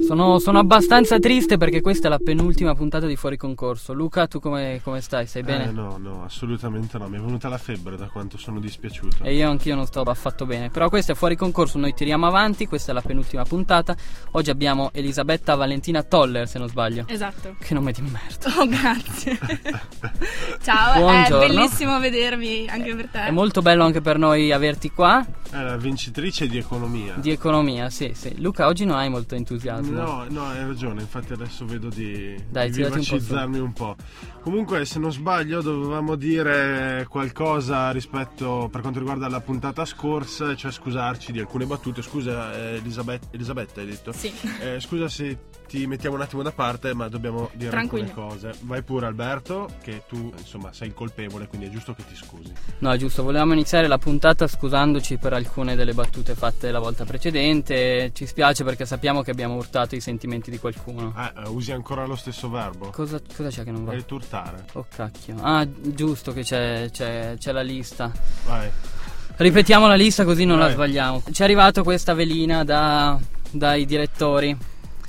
Sono, sono abbastanza triste perché questa è la penultima puntata di Fuori Concorso. Luca, tu come, come stai? Stai bene? Eh, no, no, assolutamente no. Mi è venuta la febbre da quanto sono dispiaciuto. E io anch'io non sto affatto bene. Però questo è fuori concorso, noi tiriamo avanti, questa è la penultima puntata. Oggi abbiamo Elisabetta Valentina Toller, se non sbaglio. Esatto. Che nome di merda. Oh, grazie. Ciao, Buongiorno. è bellissimo vedervi anche per te. È molto bello anche per noi averti qua È la vincitrice di economia. di economia, sì, sì. Luca, oggi non hai molto entusiasmo. No, no, hai ragione, infatti adesso vedo di, Dai, di tirati un po' su. vivacizzarmi un po', Comunque, se non sbaglio, dovevamo dire qualcosa rispetto per quanto riguarda la puntata scorsa, cioè scusarci di alcune battute. Scusa, eh, Elisabet- Elisabetta, hai detto? Sì. Eh, scusa se ti mettiamo un attimo da parte, ma dobbiamo dire Tranquillo. alcune cose. Vai pure Alberto, che tu insomma sei il colpevole, quindi è giusto che ti scusi. No, è giusto, volevamo iniziare la puntata scusandoci per alcune delle battute fatte la volta precedente. Ci spiace perché sappiamo che abbiamo urtato i sentimenti di qualcuno. Ah, eh, usi ancora lo stesso verbo? Cosa, cosa c'è che non va? E turtare. Oh cacchio. Ah, giusto che c'è, c'è- c'è la lista. Vai. Ripetiamo la lista così non la Vai. sbagliamo. Ci è arrivata questa velina da- dai direttori.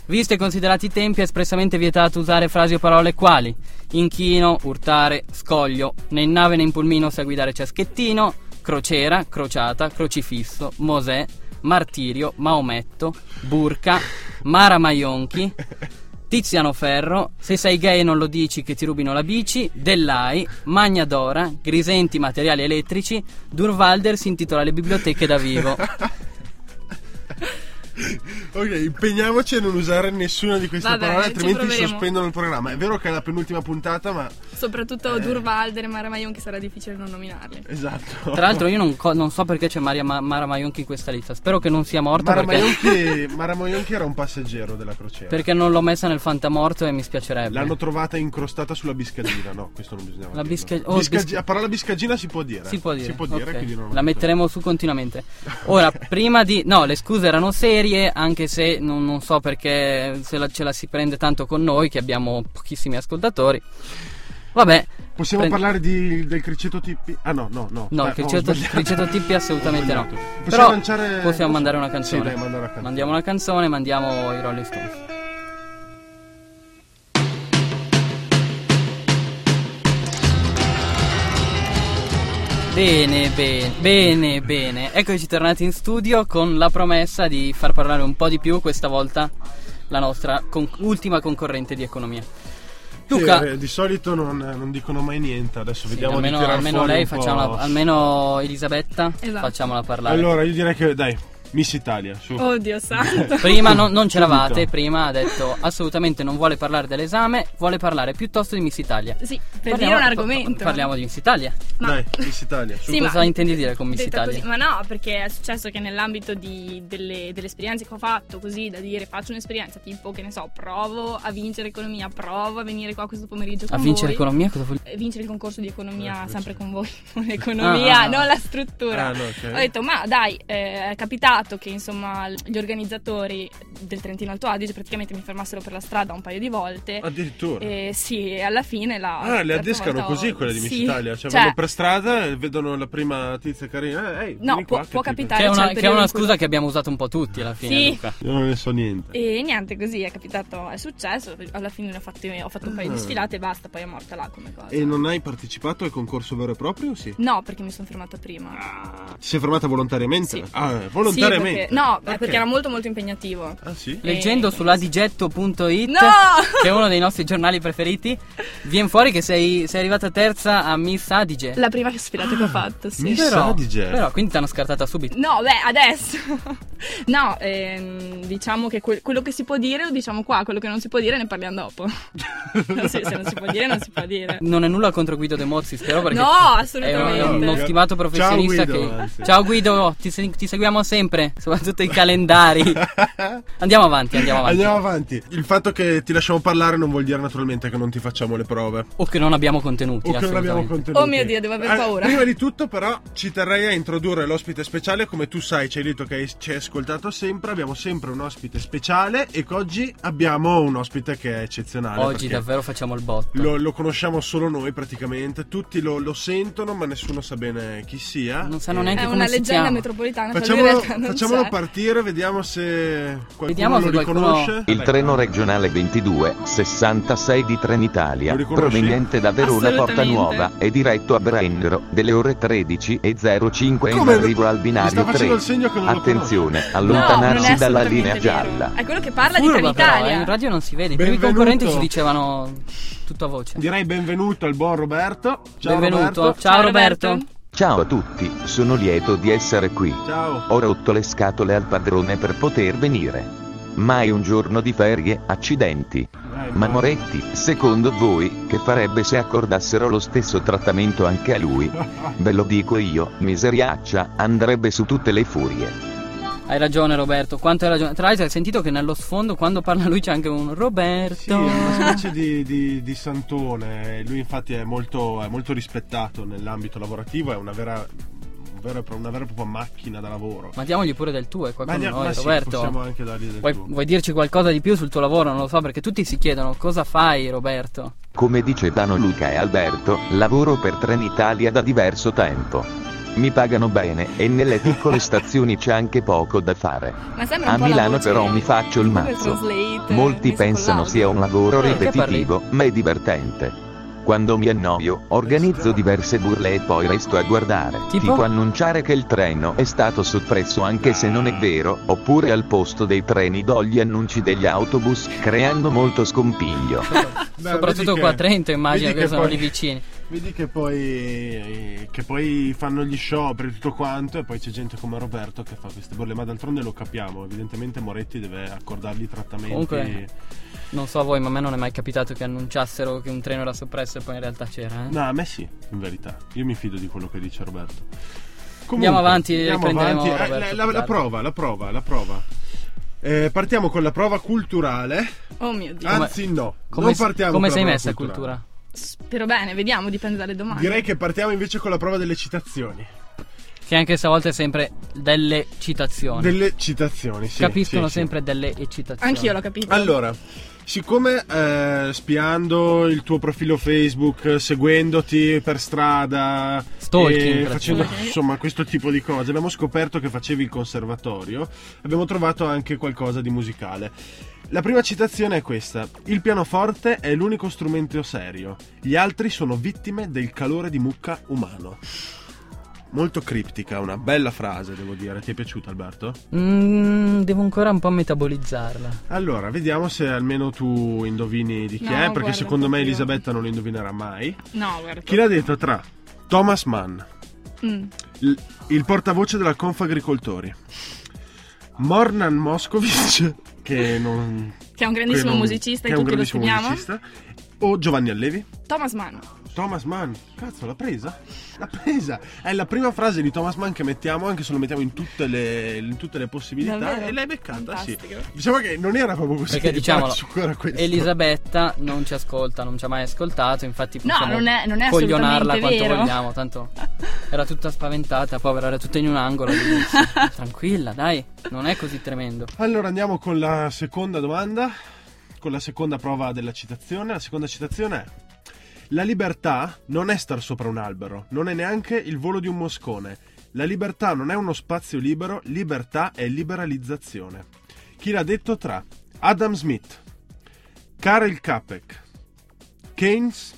Visto e considerati i tempi, è espressamente vietato usare frasi o parole quali inchino, urtare, scoglio, né in nave né in pulmino sa guidare ceschettino, crociera, crociata, crocifisso, Mosè, martirio, Maometto, burca, Mara Maionchi, Tiziano Ferro, se sei gay e non lo dici che ti rubino la bici, Dellai, Magna Dora, Grisenti materiali elettrici, Durvalder si intitola le biblioteche da vivo. Ok, impegniamoci a non usare nessuna di queste Vabbè, parole, ci altrimenti proveremo. sospendono il programma. È vero che è la penultima puntata, ma Soprattutto Eh. Durvalder e Maramaion che sarà difficile non nominarli. esatto. Tra l'altro io non, co- non so perché c'è Maria Ma- Mara Maionchi in questa lista, spero che non sia morta Mara perché, Maionchi, Mara Maionchi era un passeggero della crociera. perché non l'ho messa nel fantamorto e mi spiacerebbe. L'hanno trovata incrostata sulla biscagina, no, questo non bisognava La dirlo. bisca- oh, Biscagi- bisca- La parola biscagina si può dire. Si può dire, ok. quindi non la metteremo su continuamente. Ora, prima di... No, le scuse erano serie, anche se non, non so perché se la- ce la si prende tanto con noi, che abbiamo pochissimi ascoltatori. Vabbè, Possiamo Prendi- parlare di- del criceto tippi? Ah no, no, no. no, Eh, il ho criceto, sbagliato. criceto Tippi assolutamente no. Ho sbagliato. Possiamo Però lanciare- possiamo mandare una Sì, canzone. dai, manda una canzone. Mandiamo una canzone, mandiamo i Rolling Stones. Bene, bene, bene, bene. Eccoci tornati in studio con la promessa di far parlare un po' di più questa volta la nostra con- ultima concorrente di economia. Sì, Luca, eh, di solito non, non dicono mai niente, adesso sì, vediamo almeno, di tirar almeno fuori lei, un po'. facciamola, almeno Elisabetta, Esatto. facciamola parlare. Allora, io direi che dai, Miss Italia, Uh. su. Eh, Oddio santo. Prima non, non c'eravate, Subito. prima ha detto assolutamente non vuole parlare dell'esame, vuole parlare piuttosto di Miss Italia. Sì, per Parliamo- dire un argomento. Parliamo di Miss Italia. Ma- Dai, Miss Italia, su. Sì, cosa ma- intendi dire con Miss Detta Italia? così, ma no, perché è successo che nell'ambito di- delle, delle esperienze che ho fatto, così da dire faccio un'esperienza, tipo che ne so, provo a vincere economia, provo a venire qua questo pomeriggio con A vincere voi. economia cosa vuol Eh, vincere il concorso di economia Eh, sempre sì. con voi, non economia, Ah, ah, ah. non la struttura. Ah, no, ok. Ho detto, ma dai, eh, è capitato che insomma l- gli organizzatori del Trentino Alto Adige praticamente mi fermassero per la strada un paio di volte. Addirittura. E sì, e alla fine la. Ah, le terza addescano volta ho- così quelle di Miss Sì, Italia. Cioè, cioè, vanno per strada e vedono la prima tizia carina. eh, ehi, No, vieni può- qua, può che ti- Che capitare. è una, c'è il che è una periodo in cui- scusa che abbiamo usato un po' tutti alla fine, Sì. Luca. Io non ne so niente. E niente, così è capitato, è successo. Alla fine ne ho, fatte- ho fatto un paio Ah. di sfilate e basta, poi è morta là come cosa. E non hai partecipato al concorso vero e proprio, sì? No, perché mi sono fermata prima. Ti sei fermata volontariamente? Sì. Ah, volontariamente? Sì, perché- no, Ok. eh, perché era molto molto impegnativo. Ah, sì? Leggendo Eh, sull'adigetto.it, No! che è uno dei nostri giornali preferiti, viene fuori che sei, sei arrivata terza a Miss Adige. La prima sfilata che ho fatto, sì. Ah. Miss però, Adige. però, quindi ti hanno scartata subito. No, beh, adesso. no, ehm, diciamo che quel- quello che si può dire lo diciamo qua, quello che non si può dire ne parliamo dopo. No, sì, se non si può dire, non si può dire. Non è nulla contro Guido De Mozzi, spero perché No, è un- assolutamente. è uno Ciao, stimato professionista Guido, che... anzi. Ciao Guido, ti, se- ti seguiamo sempre, soprattutto i calendari. Andiamo avanti, andiamo avanti. Andiamo avanti. Il fatto che ti lasciamo parlare non vuol dire naturalmente che non ti facciamo le prove. O che non abbiamo contenuti, O che non abbiamo assolutamente. contenuto. Oh mio Dio, devo aver paura. prima di tutto, però, ci terrei a introdurre l'ospite speciale. Come tu sai, ci hai detto che hai- ci hai ascoltato sempre. Abbiamo sempre un ospite speciale. E che oggi abbiamo un ospite che è eccezionale. Oggi perché davvero facciamo il botto. Lo, lo conosciamo solo noi praticamente, tutti lo, lo sentono ma nessuno sa bene chi sia. Non sanno E- neanche È come una si leggenda chiama? metropolitana. però lui in Facciamolo, realtà non non Facciamolo c'è. partire, vediamo se qualcuno Vediamo lo se qualcuno- riconosce. Il treno regionale 22, 66 di Trenitalia, Lo riconosci? proveniente da Verona Porta Assolutamente. Nuova, è diretto a Brennero, delle ore 13 e 05 in Come? arrivo Mi al sta binario facendo 3. il segno che non lo Attenzione, No, non allontanarsi è dalla assolutamente linea vero. gialla. È quello che parla Furba, di però, eh, Trenitalia. in radio non si vede. I primi Benvenuto. concorrenti ci dicevano tutto a voce. Direi benvenuto al buon Roberto. Ciao Benvenuto. Roberto. Ciao, Roberto. Ciao a tutti, sono lieto di essere qui. Ciao. Ho rotto le scatole al padrone per poter venire. Mai un giorno di ferie, accidenti. Eh, Ma Moretti, secondo voi, che farebbe se accordassero lo stesso trattamento anche a lui? Ve lo dico io, miseriaccia, andrebbe su tutte le furie. Hai ragione, Roberto. Quanto hai ragione. Tra l'altro, hai sentito che nello sfondo, quando parla lui, c'è anche un Roberto. Sì, è una specie di, di- di santone. Lui, infatti, è molto, è molto rispettato nell'ambito lavorativo. È una vera, un vero e pro- una vera e propria macchina da lavoro. Ma diamogli pure del tuo, è qua Ma con ne- noi, ma sì, Roberto. possiamo anche dargli del vuoi, tuo. vuoi dirci qualcosa di più sul tuo lavoro? Non lo so, perché tutti si chiedono cosa fai, Roberto. Come dicevano Luca e Alberto, lavoro per Trenitalia da diverso tempo. Mi pagano bene e nelle piccole stazioni c'è anche poco da fare. Ma sembra un A po' la Milano voce però mi faccio il di Google mazzo. Translate, Molti messa con pensano l'audio. sia un lavoro Eh, che ripetitivo, ma è divertente. Quando mi annoio, organizzo diverse burle e poi resto a guardare. Tipo? annunciare che il treno è stato soppresso anche se non è vero, oppure al posto dei treni do gli annunci degli autobus, creando molto scompiglio. Beh, Soprattutto vedi qua a che- Trento, immagino vedi che sono poi- lì vicini. Vedi che poi, che poi fanno gli scioperi e tutto quanto, e poi c'è gente come Roberto che fa queste bolle. Ma d'altronde lo capiamo, evidentemente Moretti deve accordargli i trattamenti. Comunque- Non so a voi, ma a me non è mai capitato che annunciassero che un treno era soppresso e poi in realtà c'era. eh. No, a me sì, in verità. Io mi fido di quello che dice Roberto. Comunque, Andiamo avanti, andiamo riprenderemo avanti. Eh, Roberto la- più la, la tardi. prova, la prova, la prova. Eh, partiamo con la prova culturale. Oh mio Dio. Ah. Anzi, no. Come, non partiamo come con la sei prova messa a culturale. cultura? Spero bene, vediamo, dipende dalle domande. Direi che partiamo invece con la prova delle citazioni. Che anche stavolta è sempre delle citazioni. Delle citazioni, sì. Capiscono sì, sì. sempre delle eccitazioni. Anch'io l'ho capito. Allora, siccome eh, spiando il tuo profilo Facebook, seguendoti per strada, Stalking, e praticamente. facendo insomma questo tipo di cose, abbiamo scoperto che facevi il conservatorio, abbiamo trovato anche qualcosa di musicale. La prima citazione è questa: Il pianoforte è l'unico strumento serio, gli altri sono vittime del calore di mucca umano. Molto criptica, una bella frase, devo dire. Ti è piaciuta, Alberto? Mm, devo ancora un po' metabolizzarla. Allora, vediamo se almeno tu indovini di chi No, è, perché guarda, secondo me proprio. Elisabetta non lo indovinerà mai. No, guarda. Chi l'ha detto tra Thomas Mann, Mm. l- il portavoce della Confagricoltori, Mornan Moscovic, che non... Che è un che grandissimo non- musicista che e è un tutti lo grandissimo stiamo. musicista, o Giovanni Allevi. Thomas Mann. Thomas Mann, cazzo, l'ha presa? L'ha presa! È la prima frase di Thomas Mann che mettiamo, anche se lo mettiamo in tutte le, in tutte le possibilità, Davvero? e l'hai beccata, sì. Fantastico. Diciamo che non era proprio così. Perché diciamolo, faccio ancora questo. Elisabetta non ci ascolta, non ci ha mai ascoltato. Infatti, No, possiamo non è- non è coglionarla assolutamente quanto vero. vogliamo. Tanto era tutta spaventata, povera, era tutta in un angolo. all'inizio. Tranquilla, dai, non è così tremendo. Allora andiamo con la seconda domanda, con la seconda prova della citazione. La seconda citazione è: La libertà non è star sopra un albero, non è neanche il volo di un moscone. La libertà non è uno spazio libero, libertà è liberalizzazione. Chi l'ha detto tra Adam Smith, Karel Capek, Keynes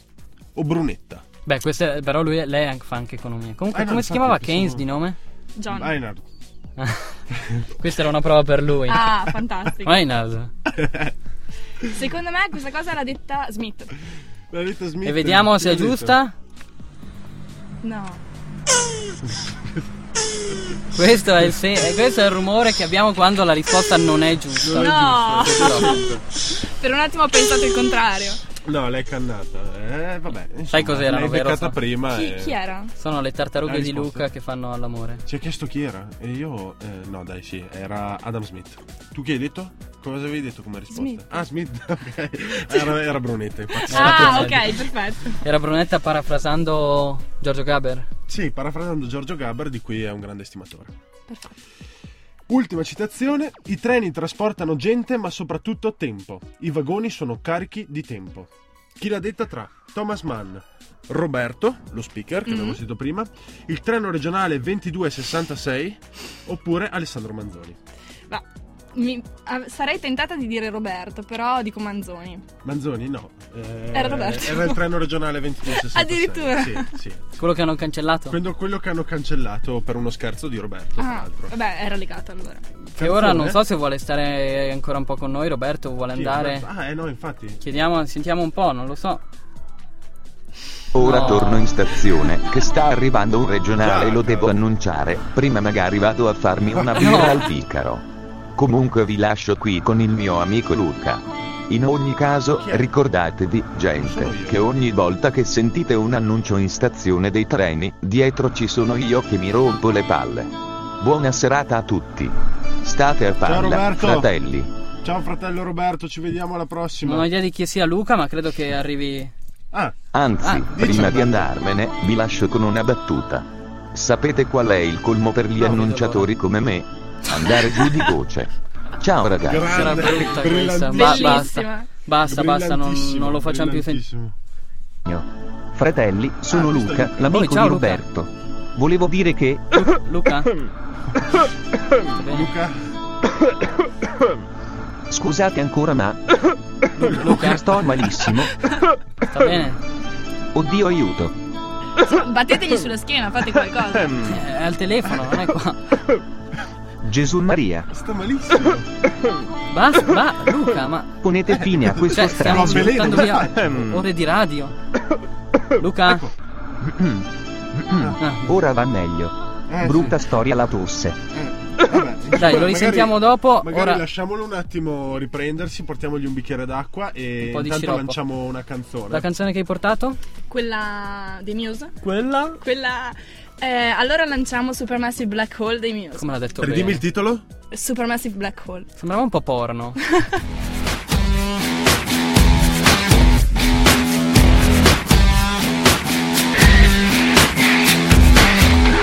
o Brunetta? Beh, questo è- però lui, lei anche- fa anche economia. Comunque, Eh, no, come si infatti, chiamava questo Keynes no. di nome? John. Einhard. Questa era una prova per lui. Ah, fantastico. Maynard. Secondo me questa cosa l'ha detta Smith. L'ha detto Smith. E vediamo se è L'ha detto. giusta. No. Questo è, il se- eh, questo è il rumore che abbiamo quando la risposta non è giusta. Non è No. giusta, è giusta. Per un attimo ho pensato il contrario. No, l'ei cannata. Eh, vabbè. Sai cos'erano, L'hai vero? beccata prima. Chi, e- chi era? Sono le tartarughe La di risposta. Luca che fanno all'amore. Ci ha chiesto chi era e io... eh, no, dai, sì, era Adam Smith. Tu chi hai detto? Cosa avevi detto come risposta? Smith. Ah, Smith, ok. Era, era Brunetta, infatti. Ah, pensavo. ok, perfetto. Era Brunetta parafrasando Giorgio Gaber. Sì, parafrasando Giorgio Gabber, di cui è un grande estimatore. Perfetto. Ultima citazione, i treni trasportano gente ma soprattutto tempo. I vagoni sono carichi di tempo. Chi l'ha detta tra Thomas Mann, Roberto, lo speaker che Mhm. abbiamo sentito prima, il treno regionale 2266 oppure Alessandro Manzoni. Ma mi- ah, sarei tentata di dire Roberto, però dico Manzoni. Manzoni no. eh, Era Roberto. Era il treno regionale 2266. Addirittura. Sì, sì. Quello che hanno cancellato. Quello, quello che hanno cancellato per uno scherzo di Roberto, tra Ah, l'altro. vabbè, era legato allora. Che Canzone? ora non so se vuole stare ancora un po' con noi, Roberto, o vuole Chi? andare. Ah, eh no, infatti. Chiediamo, sentiamo un po', non lo so. Ora No. torno in stazione, che sta arrivando un regionale e lo Già, devo cavolo. annunciare, prima magari vado a farmi una birra No. al picaro. Comunque vi lascio qui con il mio amico Luca. In ogni caso, Chi è? ricordatevi, gente, Sono io. che ogni volta che sentite un annuncio in stazione dei treni, dietro ci sono io che mi rompo le palle. Buona serata a tutti. State a palla, Roberto. fratelli. Ciao fratello Roberto, ci vediamo alla prossima. Non ho idea di chi sia Luca, ma credo che arrivi. Ah, Anzi, Ah, prima dici. di andarmene, vi lascio con una battuta. Sapete qual è il colmo per gli No, annunciatori come me? Andare giù di voce. Ciao ragazzi. Sarà grande, brutta questa. brillantissimo. Ba- Bellissima. basta. Basta, basta, non, non lo facciamo più sentire. brillantissimo. Fratelli, sono Ah, questo è Luca. Luca, Poi, l'amico ciao, di Luca. Roberto. Volevo dire che... Luca? Sta bene? Luca, Scusate ancora ma... Lu- Luca? Sto malissimo. Sta bene? Oddio aiuto. Battetegli sulla schiena, fate qualcosa. Ehm. Eh, È al telefono, non è qua. Gesù Maria, sta malissimo. Basta, va, Luca, ma. ponete fine a questo Cioè, stiamo strano... veleno, buttando via dai. ore di radio. Luca? Ecco. Ah, Ora va meglio. Eh, Brutta sì. storia la tosse. Eh, vabbè, Dai, lo magari- risentiamo dopo. Magari Ora. lasciamolo un attimo riprendersi, portiamogli un bicchiere d'acqua e Un po' di intanto sciroppo. lanciamo una canzone. La canzone che hai portato? Quella dei Muse? Quella. Quella. eh, allora lanciamo Supermassive Black Hole dei Muse. Come l'ha detto Ridimmi bene. il titolo? Supermassive Black Hole. Sembrava un po' porno.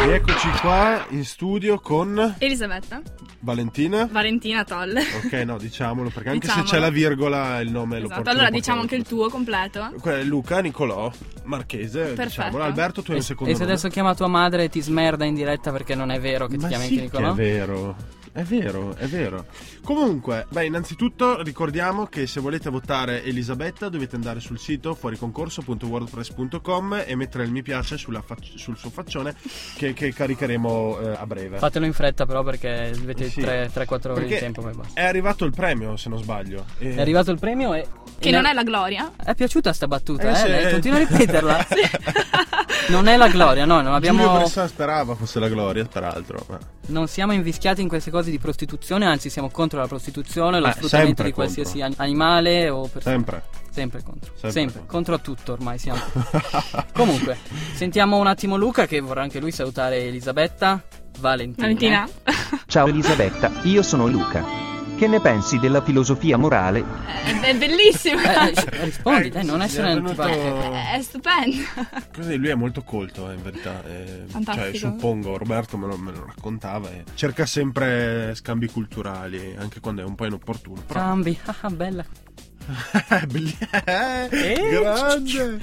E eccoci qua in studio con Elisabetta, Valentina. Valentina Toll. Esatto, Ok, no, diciamolo, perché anche se Diciamolo. c'è la virgola il nome lo esatto, porta- allora lo diciamo anche il portiamo. tuo completo. Que- Luca, Nicolò, Marchese, Perfetto. diciamolo. Alberto, tu hai E, un secondo e se nome? adesso chiama tua madre e ti smerda in diretta perché non è vero che ti Ma chiami sì anche Nicolò? che è vero. È vero, è vero. Comunque, beh, innanzitutto ricordiamo che se volete votare Elisabetta dovete andare sul sito fuoriconcorso.wordpress.com e mettere il mi piace sulla fac- sul suo faccione che, che caricheremo eh, a breve. Fatelo in fretta però perché avete Sì. 3-4 ore di Perché Eh. tempo poi basta. È arrivato il premio, se non sbaglio. E- È arrivato il premio e... Che non è la gloria. È piaciuta sta battuta, Eh, eh? sì, Lei eh. Continua a ripeterla. Non è la gloria, no, non Giulio abbiamo... Bressan sperava fosse la gloria, peraltro. Ma... Non siamo invischiati in queste cose di prostituzione, anzi siamo contro la prostituzione, lo Eh, sfruttamento sempre di contro. qualsiasi an- animale o persona. Sempre. Sempre contro. Sempre, Sempre contro. contro. a tutto ormai siamo. Esatto. Comunque, sentiamo un attimo Luca che vorrà anche lui salutare Elisabetta, Valentina. Valentina. Ciao Elisabetta, io sono Luca. Che ne pensi della filosofia morale? è, è Eh, bellissima. eh, s- rispondi, dai, non sì, essere è venuto- antipatico. è stupenda. Così lui è molto colto eh, in verità. eh, Fantastico. cioè, suppongo, Roberto me lo, me lo raccontava. eh. cerca sempre scambi culturali, anche quando è un po' inopportuno. Però Cambi, ah, bella. è belli- eh, Eh? grande.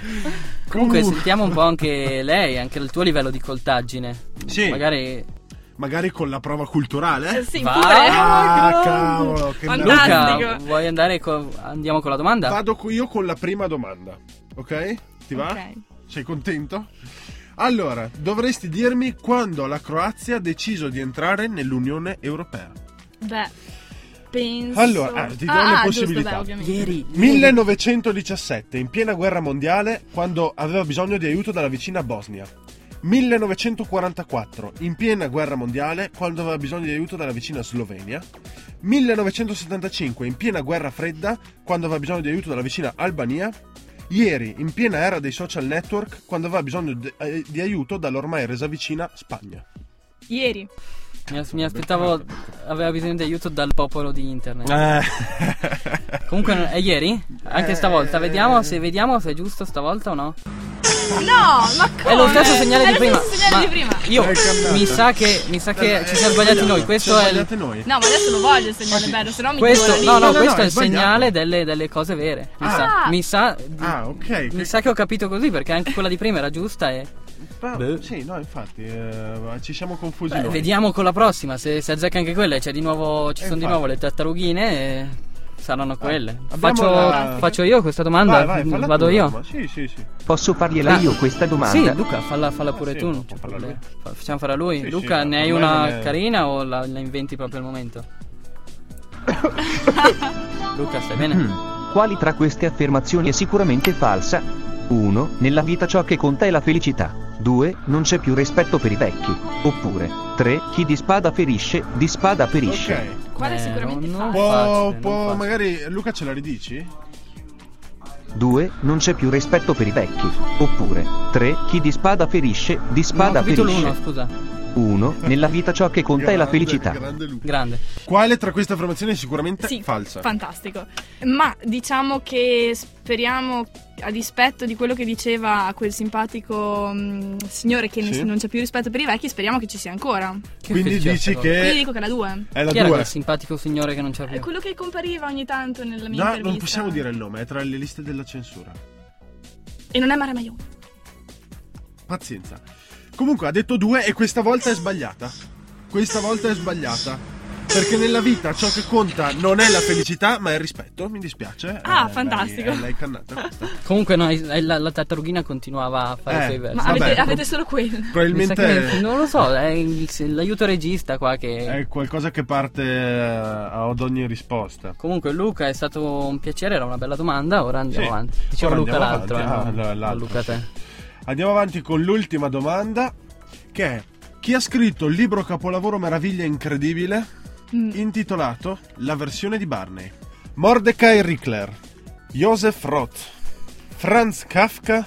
Comunque, Uh, sentiamo un po' anche lei, anche il tuo livello di coltaggine. Sì. Magari. magari con la prova culturale. eh? sì, Va- pure. Ah, grande. cavolo, che Fantastico. Luca, meraviglia. vuoi andare co- andiamo con la domanda? Vado co- io con la prima domanda. Ok? Ti va? Ok. Sei contento? Allora, dovresti dirmi quando la Croazia ha deciso di entrare nell'Unione Europea. Beh, penso. Allora, eh, ah, ti do le ah, possibilità. Giusto, beh, ovviamente. Ieri. 1917, in piena guerra mondiale, quando aveva bisogno di aiuto dalla vicina Bosnia. 1944, in piena guerra mondiale, quando aveva bisogno di aiuto dalla vicina Slovenia. 1975, in piena guerra fredda, quando aveva bisogno di aiuto dalla vicina Albania. Ieri, in piena era dei social network, quando aveva bisogno de- eh, di aiuto dall'ormai resa vicina Spagna. Ieri. Mi, as- mi aspettavo. Aveva bisogno di aiuto dal popolo di internet. Comunque, è ieri? Anche stavolta, Ah. Eh. vediamo se vediamo se è giusto stavolta o no. No, ma come? È lo stesso segnale È di prima. Lo stesso segnale ma di prima. Io Dai, cannata. mi sa che, mi sa che Eh, ci siamo eh, sbagliati sbagliato, noi. Questo ci è siamo il, sbagliate noi. No, ma adesso lo voglio il segnale bello, sennò mi questo, no, no, No, no, questo no, è è il sbagliato. segnale delle, delle cose vere. Mi Ah. sa, mi sa, Ah, ok. mi che- sa che ho capito così perché anche quella di prima era giusta. E bravo. Beh. Sì, no, infatti, eh, ci siamo confusi. Beh, noi. vediamo con la prossima. Se, se azzecca anche quella, e c'è di nuovo, ci Eh, sono di infatti. nuovo le tartarughine. E saranno quelle. abbiamo Faccio, la- faccio io questa domanda? Vai, vai, falla tu, Vado io. Roma. Sì, sì, sì. Posso fargliela Ah. io questa domanda? Sì, Luca, falla, falla pure Ah, sì, tu. no, non può c'è farla lui. problema. Fa- Facciamo fare a lui. Sì, sì, Luca, no, ne hai ormai una non è- carina o la, la inventi proprio al momento? Luca, stai bene? Mm. Quali tra queste affermazioni è sicuramente falsa? 1. Nella vita ciò che conta è la felicità. 2. Non c'è più rispetto per i vecchi. Oppure 3. Chi di spada ferisce, di spada perisce. Ok. Quale Eh, sicuramente non- fa. non- Può, facile, può- facile. magari Luca ce la ridici? 2. Non c'è più rispetto per i vecchi. Oppure 3. Chi di spada ferisce, Non di ho spada capito l'uno, perisce. scusa. 1. Nella vita ciò che conta è la Grande, felicità. grande Luca. Grande. Quale tra queste affermazioni è sicuramente Sì, Eh, falsa? Fantastico. Ma diciamo che speriamo, a dispetto di quello che diceva quel simpatico mh, signore che ne- Sì. non c'è più rispetto per i vecchi, speriamo che ci sia ancora. Che Quindi felice dici questa cosa. Io che dico che è la 2. è la Chi era quel 2. simpatico signore che non c'è È più? quello che compariva ogni tanto nella mia No, intervista. non possiamo dire il nome, è tra le liste della censura. E non è Mara Maione. Pazienza. Comunque ha detto 2 e questa volta è sbagliata. Questa volta è sbagliata. Perché nella vita ciò che conta non è la felicità, ma è il rispetto. Mi dispiace. Ah, l'hai- fantastico. eh, L'hai cannata questa. Comunque no, eh, la, la tartarughina continuava a fare Eh, i suoi versi. Ma Vabbè, avete, no. avete solo quella. Mi sa Probabilmente che- non lo so, è il- l'aiuto regista qua che... è qualcosa che parte eh, ad ogni risposta. Comunque Luca è stato un piacere, era una bella domanda, ora andiamo Sì. avanti. Dicevo Ora Luca andiamo l'altro, avanti. eh, Ah, no, l- l'altro, Luca te. Andiamo avanti con l'ultima domanda, che è chi ha scritto il libro capolavoro Meraviglia Incredibile Mm. intitolato La versione di Barney? Mordecai Rickler, Joseph Roth, Franz Kafka,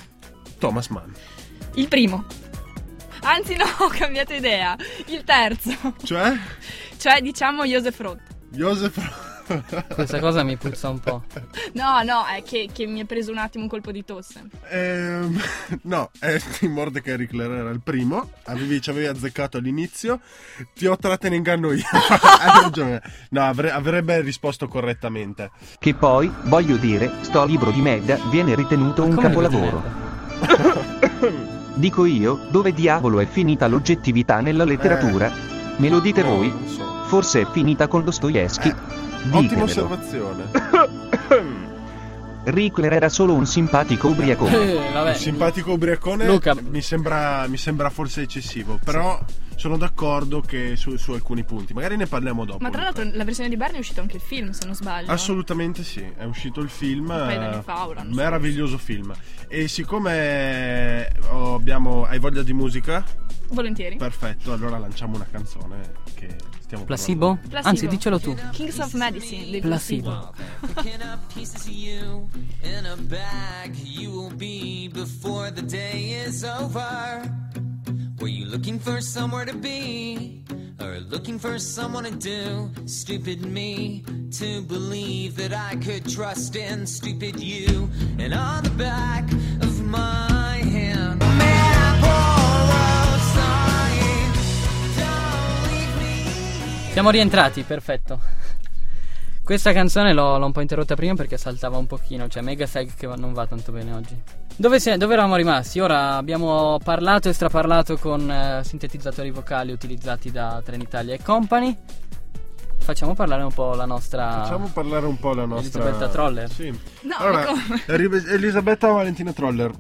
Thomas Mann. Il primo. Anzi no, ho cambiato idea. Il terzo. Cioè? Cioè diciamo Joseph Roth. Joseph Roth. Questa cosa mi puzza un po'. No, no, è che, che mi è preso un attimo un colpo di tosse. Ehm, no, eh, Mordecai Rickler era il primo. Avevi, ci avevi azzeccato all'inizio. Ti ho tratto in inganno io. Hai ragione. no, avre- avrebbe risposto correttamente. Che poi, voglio dire, sto libro di merda viene ritenuto un Come capolavoro. vedete? Dico io, dove diavolo è finita l'oggettività nella letteratura? Me lo dite Eh. No, voi? non so. Forse è finita con Dostoevsky? Eh, Ottima Ditemelo. osservazione. Rickler era solo un simpatico ubriacone. Eh, vabbè. Il simpatico ubriacone Luca. mi, sembra, mi sembra forse eccessivo, però sono d'accordo che su, su alcuni punti. Magari ne parliamo dopo. Ma tra Luca. l'altro la versione di Barney è uscito anche il film, se non sbaglio. Assolutamente Ah, sì, è uscito il film, Un paio d'anni eh, fa, ora, non so. meraviglioso film. E siccome ho- abbiamo, hai voglia di musica, Volentieri. perfetto, allora lanciamo una canzone che stiamo Placebo? parlando. Placebo. Anzi, dicelo tu. Kings of Medicine dei Placebo. Picking up pieces of you in a bag you will be before the day is over. Were you looking for somewhere to be? Or looking for someone to do? Stupid me to believe that I could trust in stupid you. And on the back of my hand, man, I borrowed signs. Don't leave me. Siamo rientrati, perfetto. Questa canzone l'ho, l'ho un po' interrotta prima perché saltava un pochino, cioè Mega Seg che va- non va tanto bene oggi. Dove, si- dove eravamo rimasti? Ora abbiamo parlato e straparlato con eh, sintetizzatori vocali utilizzati da Trenitalia e Company. Facciamo parlare un po' la nostra... Facciamo parlare un po' la nostra... Elisabetta Troller. Sì. No, Allora, ma come? Ri- Elisabetta Valentina Troller.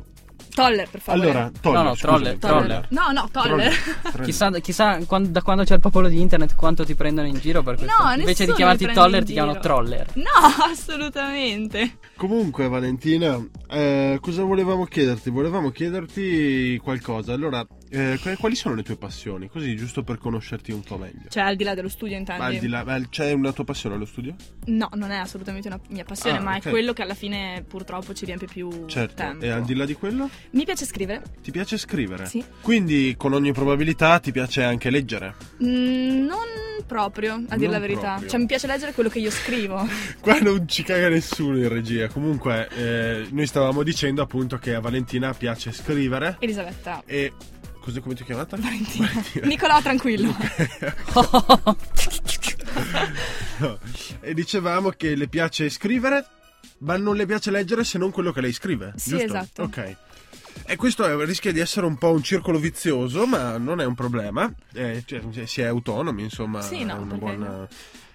Toller, per favore. Allora, Toller. No, no, scusami, Troller, Troller. No, no, Toller. Troller. Chissà, chissà quan- da quando c'è il popolo di internet quanto ti prendono in giro per questo. No, Invece di nessuno chiamarti mi prende Toller in ti chiamano giro. Troller. No, assolutamente. Comunque, Valentina, eh, cosa volevamo chiederti? Volevamo chiederti qualcosa. Allora, eh, qu- quali sono le tue passioni? Così, giusto per conoscerti un po' meglio. Cioè, al di là dello studio Ma al intendi. di là- ma c'è una tua passione allo studio? No, non è assolutamente una mia passione, Ah, ma ok. è quello che alla fine purtroppo ci riempie più Certo. tempo. E al di là di quello? Mi piace scrivere. Ti piace scrivere? Sì. Quindi, con ogni probabilità, ti piace anche leggere. Mm, non proprio, a dire Non la verità. proprio. Cioè, mi piace leggere quello che io scrivo. Qua non ci caga nessuno in regia. Comunque, eh, noi stavamo dicendo appunto che a Valentina piace scrivere. Elisabetta. E. Cos'è come ti ho chiamata? Valentina. Nicolò, tranquillo. No. Esatto. E dicevamo che le piace scrivere, ma non le piace leggere se non quello che lei scrive. Sì, giusto? esatto. Ok. E questo è- rischia di essere un po' un circolo vizioso, ma non è un problema. Eh, cioè, si è autonomi, insomma. Sì, no, è una perché buona. no.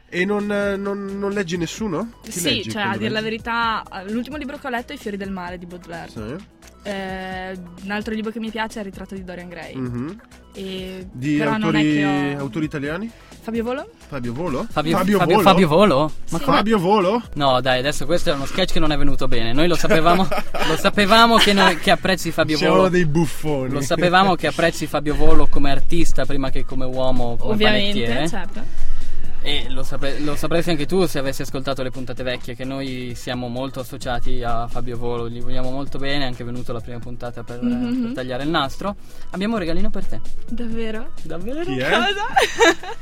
E non, eh, non- non leggi nessuno? Chi sì, leggi cioè, a quando dire la leggi? verità, eh, l'ultimo libro che ho letto è I fiori del mare di Baudelaire. Sì. Eh, un altro libro che mi piace è Il ritratto di Dorian Gray. Mhm. E- Di però non è autori, che ho... autori italiani? Fabio Volo? Fabio Volo? Fabio, Fabio, Fabio Volo? Ma Sì. come? Fabio Volo? No, dai, adesso questo è uno sketch che non è venuto bene. Noi lo sapevamo, lo sapevamo che, noi- che apprezzi Fabio Siamo Volo. dei buffoni. Lo sapevamo che apprezzi Fabio Volo come artista prima che come uomo, come Ovviamente, panettiere. certo. E lo, sapre- lo sapresti anche tu se avessi ascoltato le puntate vecchie, che noi siamo molto associati a Fabio Volo, gli vogliamo molto bene, è anche venuto la prima puntata per, eh, Mhm. per tagliare il nastro. Abbiamo un regalino per te. Davvero? Davvero? Chi è? Cosa?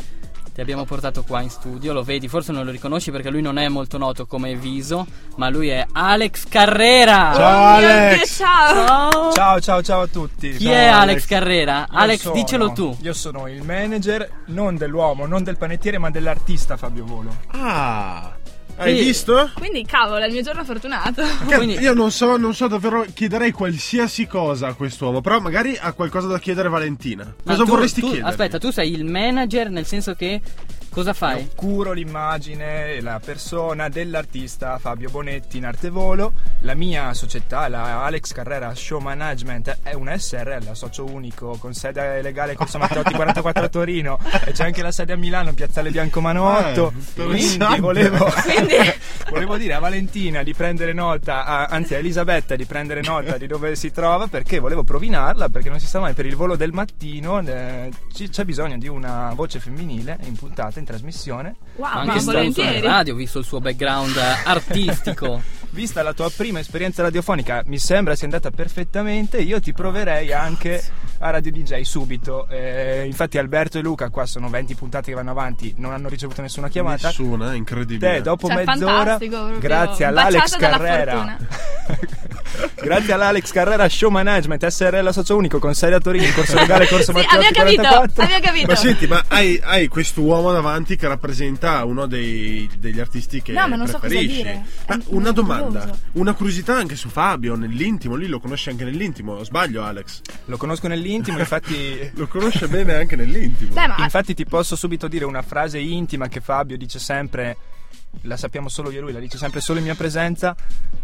Ti abbiamo portato qua in studio, lo vedi, forse non lo riconosci perché lui non è molto noto come viso, ma lui è Alex Carrera! Ciao, Oh mio Alex! Dio, ciao! Ciao! Ciao ciao ciao a tutti. Chi Ciao, è Alex, Carrera? Io Alex, sono- dicelo tu. Io sono il manager non dell'uomo, non del panettiere, ma dell'artista Fabio Volo. Ah, hai Sì. visto? Quindi, cavolo, è il mio giorno fortunato. Che- Quindi- Io non so, non so davvero, chiederei qualsiasi cosa a quest'uomo, però magari ha qualcosa da chiedere Valentina. Ma cosa tu- vorresti tu- chiedere? Aspetta, tu sei il manager nel senso che cosa fai? Io curo l'immagine e la persona dell'artista Fabio Bonetti in Arte Volo. La mia società, la Alex Carrera Show Management, è una SRL, a socio unico, con sede legale Corso Matteotti 44 a Torino e c'è anche la sede a Milano, in Piazzale Biancomanotto. Eh, interessante. Quindi volevo, volevo dire a Valentina di prendere nota, a- anzi a Elisabetta di prendere nota di dove si trova perché volevo provinarla perché non si sa mai per il volo del mattino eh, ci- c'è bisogno di una voce femminile in puntata, in trasmissione. Wow, Ma Ah, ma anche stato sulla volentieri. radio, visto il suo background eh, artistico. Vista la tua prima esperienza radiofonica, mi sembra sia andata perfettamente. Io ti proverei anche a Radio DJ subito. Eh, infatti, Alberto e Luca, qua sono 20 puntate che vanno avanti, non hanno ricevuto nessuna chiamata. Nessuna, è incredibile. Te, dopo Cioè, mezz'ora, fantastico, proprio grazie all'Alex baciata dalla Carrera. grazie all'Alex Carrera Show Management SRL Socio Unico con sede a Torino, in corso legale, corso Sì, Matteotti abbiamo capito, 44. abbiamo capito. Ma senti, ma hai, hai quest'uomo davanti che rappresenta uno dei- degli artisti che No, ma non so cosa preferisci. dire. Ma È una domanda, nervoso. una curiosità anche su Fabio, nell'intimo, lì lo conosce anche nell'intimo, o sbaglio Alex? Lo conosco nell'intimo, infatti. Lo conosce bene anche nell'intimo. Beh, ma Infatti ti posso subito dire una frase intima che Fabio dice sempre, la sappiamo solo io e lui, la dice sempre solo in mia presenza.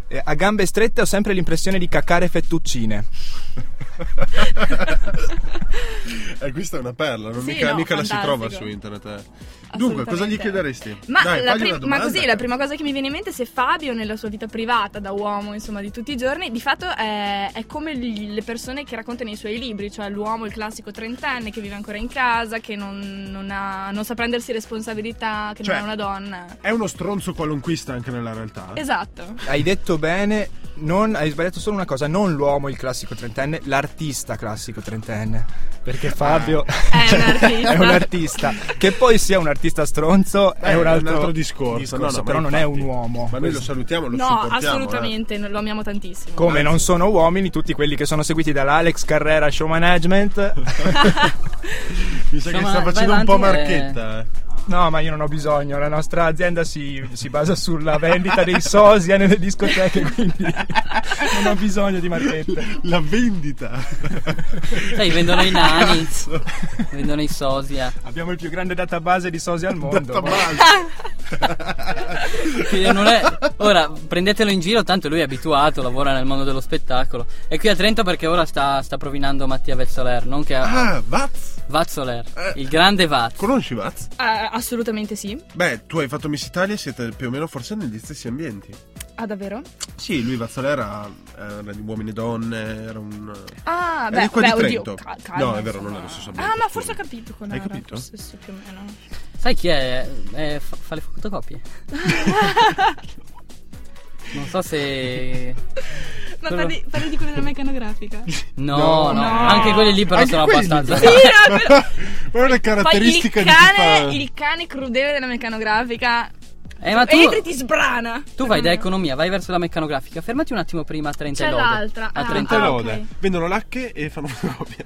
eh, a gambe strette ho sempre l'impressione di caccare fettuccine. Eh, questa è una perla, non Sì, mica, no, mica la si fantastico. trova su internet. eh. Dunque, cosa gli Assolutamente. chiederesti? Ma, Dai, la fagli prim- una ma domanda, così la cara. prima cosa che mi viene in mente è se Fabio nella sua vita privata da uomo, insomma, di tutti i giorni, di fatto è, è come gli- le persone che raccontano i suoi libri, cioè l'uomo, il classico trentenne che vive ancora in casa, che non, non ha- non sa prendersi responsabilità, che Cioè- non è una donna. È uno stronzo qualunquista anche nella realtà. eh. Esatto. Hai detto bene, non- hai sbagliato solo una cosa, non l'uomo il classico trentenne, l'artista classico trentenne. Perché Fabio È un artista. è Ah. un artista. Che poi sia un artista stronzo Eh, è un altro, discorso, No, no, però ma non è infatti. un uomo. Ma noi lo salutiamo, lo no, supportiamo. eh. assolutamente, non- lo amiamo tantissimo. Come non sono uomini tutti quelli che sono seguiti dall'Alex Carrera Show Management. eh. Mi sa che Insomma, sta vai facendo un po' avanti, eh. marchetta. eh. No, ma io non ho bisogno. La nostra azienda si, si basa sulla vendita dei sosia nelle discoteche, quindi non ho bisogno di marchette. La vendita. Sai, vendono i nani, Cazzo. vendono i sosia. Abbiamo il più grande database di sosia al mondo. ma- Quindi non è- Ora, prendetelo in giro, tanto lui è abituato, lavora nel mondo dello spettacolo. È qui a Trento perché ora sta, sta provinando Mattia Vezzoler, non che Ah, Vaz. Vazzoler, il grande Vaz. Conosci Vaz? Eh, assolutamente sì. Beh, tu hai fatto Miss Italia e siete più o meno forse negli stessi ambienti. Ah, davvero? Sì, lui Vazzolè era, era di uomini e donne, era un... Ah, È beh, di qua di beh, oddio, Trento. cal- No, calma, è vero, non insomma. è lo stesso ambiente, Ah, ma scusa. forse ho capito con Hai capito? Forse sì, più o meno. Sai chi è? Eh, fa, fa le fotocopie. non so se Ma parli, parli di quella della mecanografica. No, no, No, no. anche quelli lì però Anche sono quelli. abbastanza. Sì, no, però- Ma è una Poi il caratteristica Esatto. di chi fa... cane, il cane crudele della meccanografica. Eh, ma tu, Entri ti sbrana. tu vai da economia, vai verso la meccanografica. Fermati un attimo prima a 30 C'è lode. l'altra. A Ah, 30 Te ah, lode. lo ok. ode. Vendono lacche e fanno fotocopie.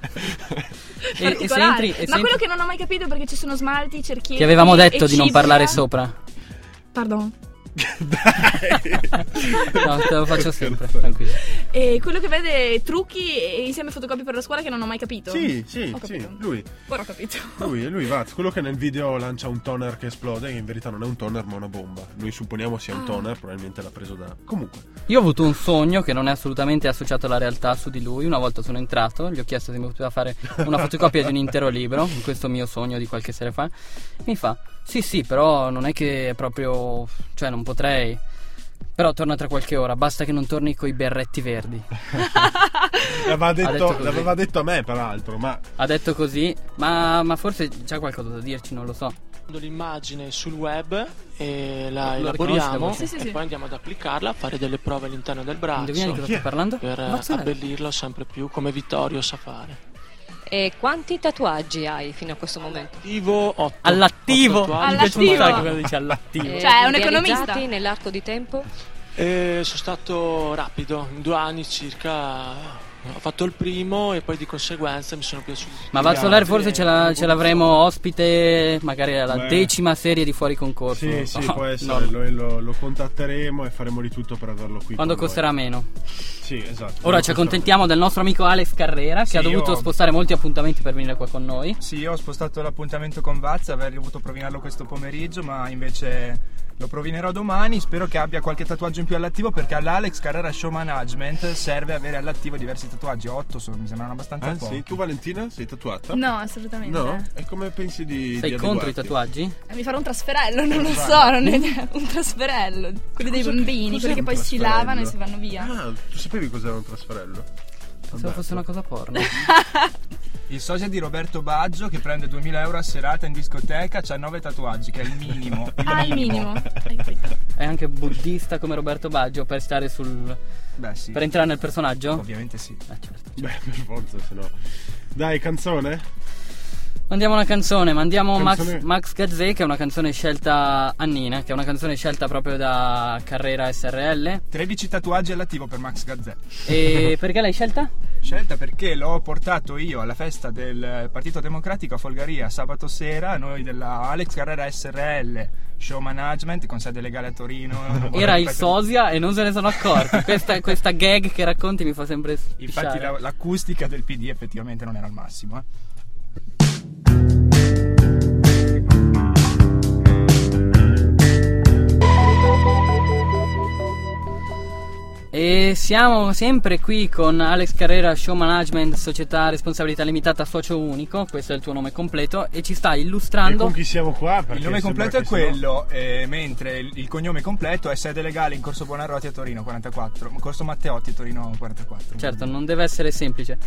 E- E, se Particolare. entri. e se Ma quello entri- che non ho mai capito perché ci sono smalti, cerchietti. Ti avevamo e detto di non cipria. parlare sopra. Pardon. No, te lo faccio sempre, tranquillo. E quello che vede trucchi e insieme fotocopie per la scuola che non ho mai capito. Sì, sì, Ho sì, capito. lui, Ora ho capito. lui, lui va, quello che nel video lancia un toner che esplode, che in verità non è un toner ma una bomba. Noi supponiamo sia un toner, probabilmente l'ha preso da... Comunque, Io ho avuto un sogno che non è assolutamente associato alla realtà su di lui. Una volta sono entrato, gli ho chiesto se mi poteva fare una fotocopia di un intero libro, in questo mio sogno di qualche sera fa. Mi fa: Sì, sì, però non è che è proprio. cioè, non potrei. Però torna tra qualche ora, basta che non torni coi berretti verdi. l'aveva detto detto, così. l'aveva detto a me peraltro, ma Ha detto così, ma, ma forse c'è qualcosa da dirci, non lo so. l'immagine sul web Lo- e lo la riconosci la elaboriamo voce? Sì, sì, sì. e poi andiamo ad applicarla, a fare delle prove all'interno del Indovina di braccio cosa sto parlando? per eh, Mazzanella. abbellirlo sempre più come Vittorio sa fare. E quanti tatuaggi hai fino a questo momento? Attivo 8. All'attivo! Mi piace un All'attivo. sacco quello che dice all'attivo. Eh, Cioè, è un idealizzati economista. nell'arco di tempo? sono stato rapido, in due anni circa ho fatto il primo e poi di conseguenza mi sono piaciuti. Ma tutti gli Valsolare altri forse e ce, la- ho ce l'avremo ospite magari alla Beh. decima serie di fuori concorso. non sì, lo so. sì, può No. essere, lo, lo- lo contatteremo e faremo di tutto per averlo qui. Quando con noi. costerà meno. Sì, esatto. Ora quando ci costerà. accontentiamo del nostro amico Alex Carrera che Sì, ha dovuto io- spostare molti appuntamenti per venire qua con noi. Sì, io ho spostato l'appuntamento con Vazza, avrei dovuto provinarlo questo pomeriggio, ma invece lo provinerò domani. Spero che abbia qualche tatuaggio in più all'attivo perché all'Alex Carrera Show Management serve avere all'attivo diversi tatuaggi. 8 sono, mi sembrano abbastanza Ah, pochi. sì, tu Valentina sei tatuata? No, assolutamente. No? E come pensi di... Sei di contro i adeguarti? tatuaggi? Eh, Mi farò un trasferello, non lo Esatto. so, non è un trasferello. Quelli dei Cos'è- bambini, cos'è quelli che un poi si trasferello? lavano e si vanno via. Ah, tu sapevi cos'era un trasferello? Pensavo fosse una cosa porno. Il sosia di Roberto Baggio che prende 2000 euro a serata in discoteca ha 9 tatuaggi, che è il minimo. il Ah, il minimo. Hai capito. È anche buddista come Roberto Baggio per stare sul. Beh, sì. per entrare nel personaggio? Ovviamente sì. Eh, certo. Beh, per forza, se no. Dai, canzone? Mandiamo una canzone, mandiamo Max, Canzone- Max Gazzè che è una canzone scelta a Nina, che è una canzone scelta proprio da Carrera SRL. 13 tatuaggi all'attivo per Max Gazzè. E perché l'hai scelta? Scelta perché l'ho portato io alla festa del Partito Democratico a Folgaria sabato sera, noi della Alex Carrera SRL Show Management con sede legale a Torino. Non vorrei Era il ripetere- sosia e non se ne sono accorti. Questa, questa gag che racconti mi fa sempre Infatti spisciare. la- l'acustica del PD effettivamente non era al massimo. eh. E siamo sempre qui con Alex Carrera, Show Management, Società a Responsabilità Limitata, Socio Unico, questo è il tuo nome completo, e ci sta E illustrando... con chi siamo qua? Perché Il nome sembra completo è che se no- quello, eh, mentre il, il cognome completo è sede legale in Corso Buonarroti a Torino 44, Corso Matteotti a Torino 44. Certo, non deve essere semplice.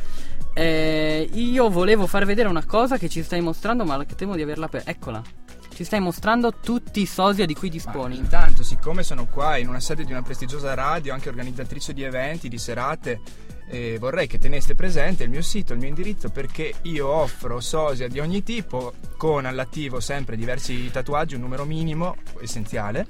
Eh, io volevo far vedere una cosa che ci stai mostrando, ma temo di averla per... Eccola. Ci stai mostrando tutti i sosia di cui Ma disponi. intanto, siccome sono qua in una sede di una prestigiosa radio, anche organizzatrice di eventi, di serate, eh, vorrei che teneste presente il mio sito, il mio indirizzo, perché io offro sosia di ogni tipo, con all'attivo sempre diversi tatuaggi, un numero minimo essenziale,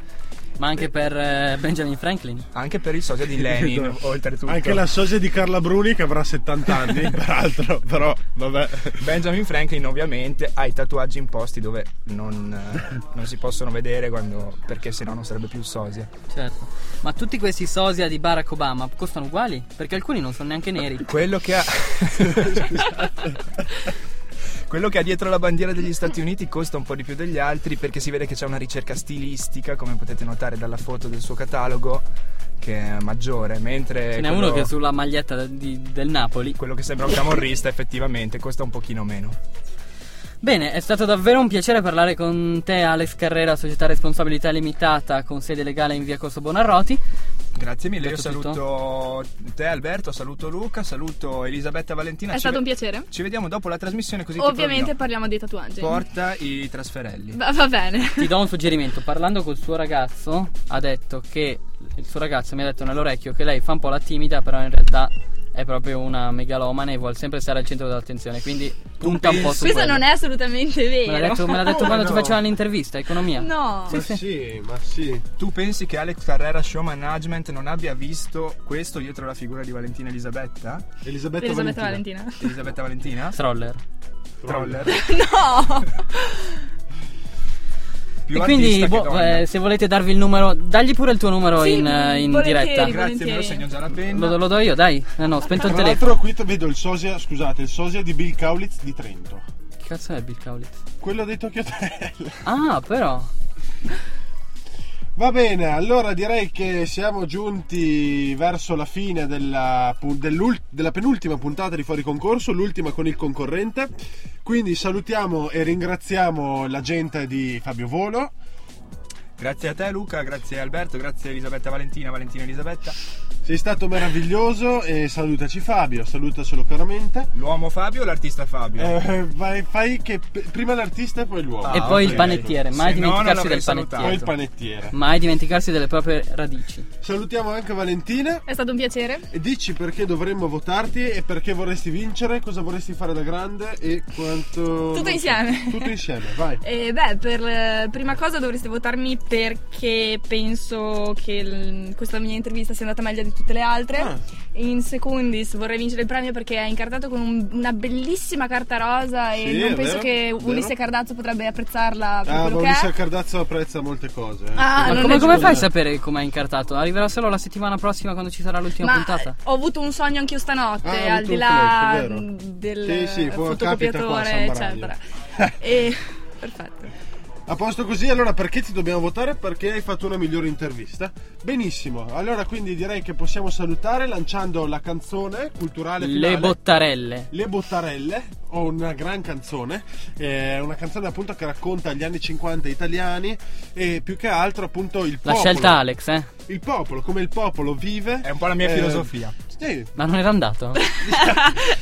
Ma anche per eh, Benjamin Franklin. anche per il sosia di Lenin, oltretutto. Ecco. Anche la sosia di Carla Bruni che avrà 70 anni, peraltro, però vabbè. Benjamin Franklin ovviamente ha i tatuaggi in posti dove non, eh, non si possono vedere quando, perché sennò non sarebbe più sosia. Certo. Ma tutti questi sosia di Barack Obama costano uguali? Perché alcuni non sono neanche neri. Quello che ha. Quello che ha dietro la bandiera degli Stati Uniti costa un po' di più degli altri perché si vede che c'è una ricerca stilistica, come potete notare dalla foto del suo catalogo, che è maggiore, mentre Ce n'è Eh, quello, uno che sulla maglietta di- del Napoli. quello che sembra un camorrista effettivamente costa un pochino meno. Bene, è stato davvero un piacere parlare con te, Alex Carrera, società responsabilità limitata con sede legale in via Corso Bonarroti. Grazie mille, io Detto tutto? saluto te Alberto, saluto Luca, saluto Elisabetta Valentina. È Ci stato ve- un piacere. Ci vediamo dopo la trasmissione così ti Ovviamente provino. parliamo dei tatuaggi. Porta i trasferelli. Va, va bene. Ti do un suggerimento. Parlando col suo ragazzo, ha detto che il suo ragazzo mi ha detto nell'orecchio che lei fa un po' la timida, però in realtà è proprio una megalomane e vuole sempre stare al centro dell'attenzione. Quindi punta un po' su Questo quello. non è assolutamente vero. Me l'ha detto, me l'ha detto Oh, quando no. ti facevano l'intervista, economia. No. ma sì, ma sì. Tu pensi che Alex Carrera Show Management non abbia visto questo dietro la figura di Valentina Elisabetta? Elisabetta, Elisabetta Valentina. Valentina. Elisabetta Valentina? Troller. Troller. No. Più e quindi artista che boh, donna. eh, se volete darvi il numero, dagli pure il tuo numero Sì, in, eh, in volentieri. diretta. Ah, Grazie, me lo segno già la penna. Lo, lo do io, dai. No, no, spento il Tra telefono. l'altro qui t- vedo il sosia, scusate, il sosia di Bill Kaulitz di Trento. Che cazzo è Bill Kaulitz? Quello dei Tokyo Hotel. Ah, però. Va bene, allora direi che siamo giunti verso la fine della, pu- dell'ul- della penultima puntata di Fuori Concorso, l'ultima con il concorrente. Quindi salutiamo e ringraziamo la gente di Fabio Volo. Grazie a te Luca, grazie Alberto, grazie Elisabetta Valentina, Valentina Elisabetta, Sei stato meraviglioso e salutaci Fabio, salutacelo caramente. l'uomo Fabio, l'artista Fabio. Eh, vai- fai che p- prima l'artista e poi l'uomo. Ah, Ah, e poi ok. il panettiere, mai Se no, non dimenticarsi l'avrei del salutato. Poi il panettiere. panettiere. Mai dimenticarsi delle proprie radici. Salutiamo anche Valentina. È stato un piacere. E dici perché dovremmo votarti e perché vorresti vincere, cosa vorresti fare da grande e quanto... Tutto insieme. Tutto insieme, vai. E beh, per eh, prima cosa dovreste votarmi perché penso che il- questa mia intervista sia andata meglio di tutte le altre. Ah. In secondis vorrei vincere il premio perché è incartato con un- una bellissima carta rosa e Sì, è non penso vero, che vero. Ulisse Cardazzo potrebbe apprezzarla per Ah, quello Maurizio che è. Cardazzo apprezza molte cose. eh. Ah, Ma non come, è come giusto. fai a sapere com'è incartato? Arriverà solo la settimana prossima quando ci sarà l'ultima Ma eh, puntata. ho avuto un sogno anch'io stanotte, Ah, hai al avuto di un là flash, è vero. del Sì, sì, può- capita qua a fotocopiatore, San Braglio. eccetera. e perfetto. A posto così, allora perché ti dobbiamo votare? Perché hai fatto una migliore intervista. Benissimo, allora quindi direi che possiamo salutare lanciando la canzone culturale finale. Le bottarelle. Le Bottarelle, ho una gran canzone, è una canzone appunto che racconta gli anni 50 italiani e più che altro appunto il La popolo. scelta Alex, eh? Il popolo, come il popolo vive. È un po' la mia eh, filosofia. Sì, Ma non era andato?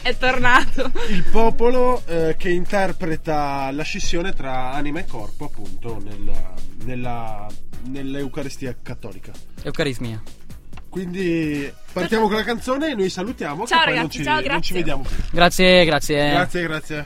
è tornato. il popolo eh, che interpreta la scissione tra anima e corpo appunto nella, nella, nell'Eucaristia cattolica. Eucarismia. Quindi partiamo con la canzone e noi salutiamo. Ciao che poi non ragazzi, ci, ciao, non ci grazie. vediamo più. Grazie, grazie. Grazie, grazie.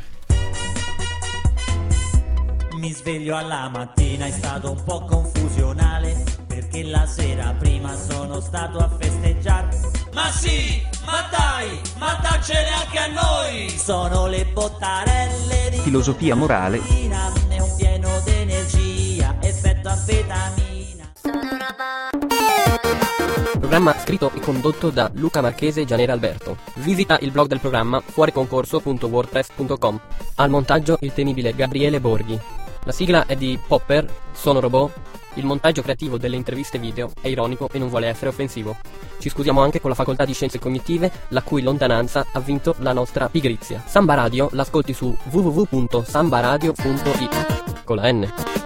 Mi sveglio alla mattina, è stato un po' confusionale, perché la sera prima sono stato a festeggiare. Ma sì, ma dai, ma daccene anche a noi! Sono le bottarelle di Filosofia morale. mattina, è un pieno d'energia, effetto anfetamina. Programma scritto e condotto da Luca Marchese e Gianera Alberto. Visita il blog del programma fuoriconcorso.wordpress.com. Al montaggio il temibile Gabriele Borghi. La sigla è di Popper, sono robot. Il montaggio creativo delle interviste video è ironico e non vuole essere offensivo. Ci scusiamo anche con la facoltà di scienze cognitive, la cui lontananza ha vinto la nostra pigrizia. Samba Radio l'ascolti su www.sambaradio.it con la N.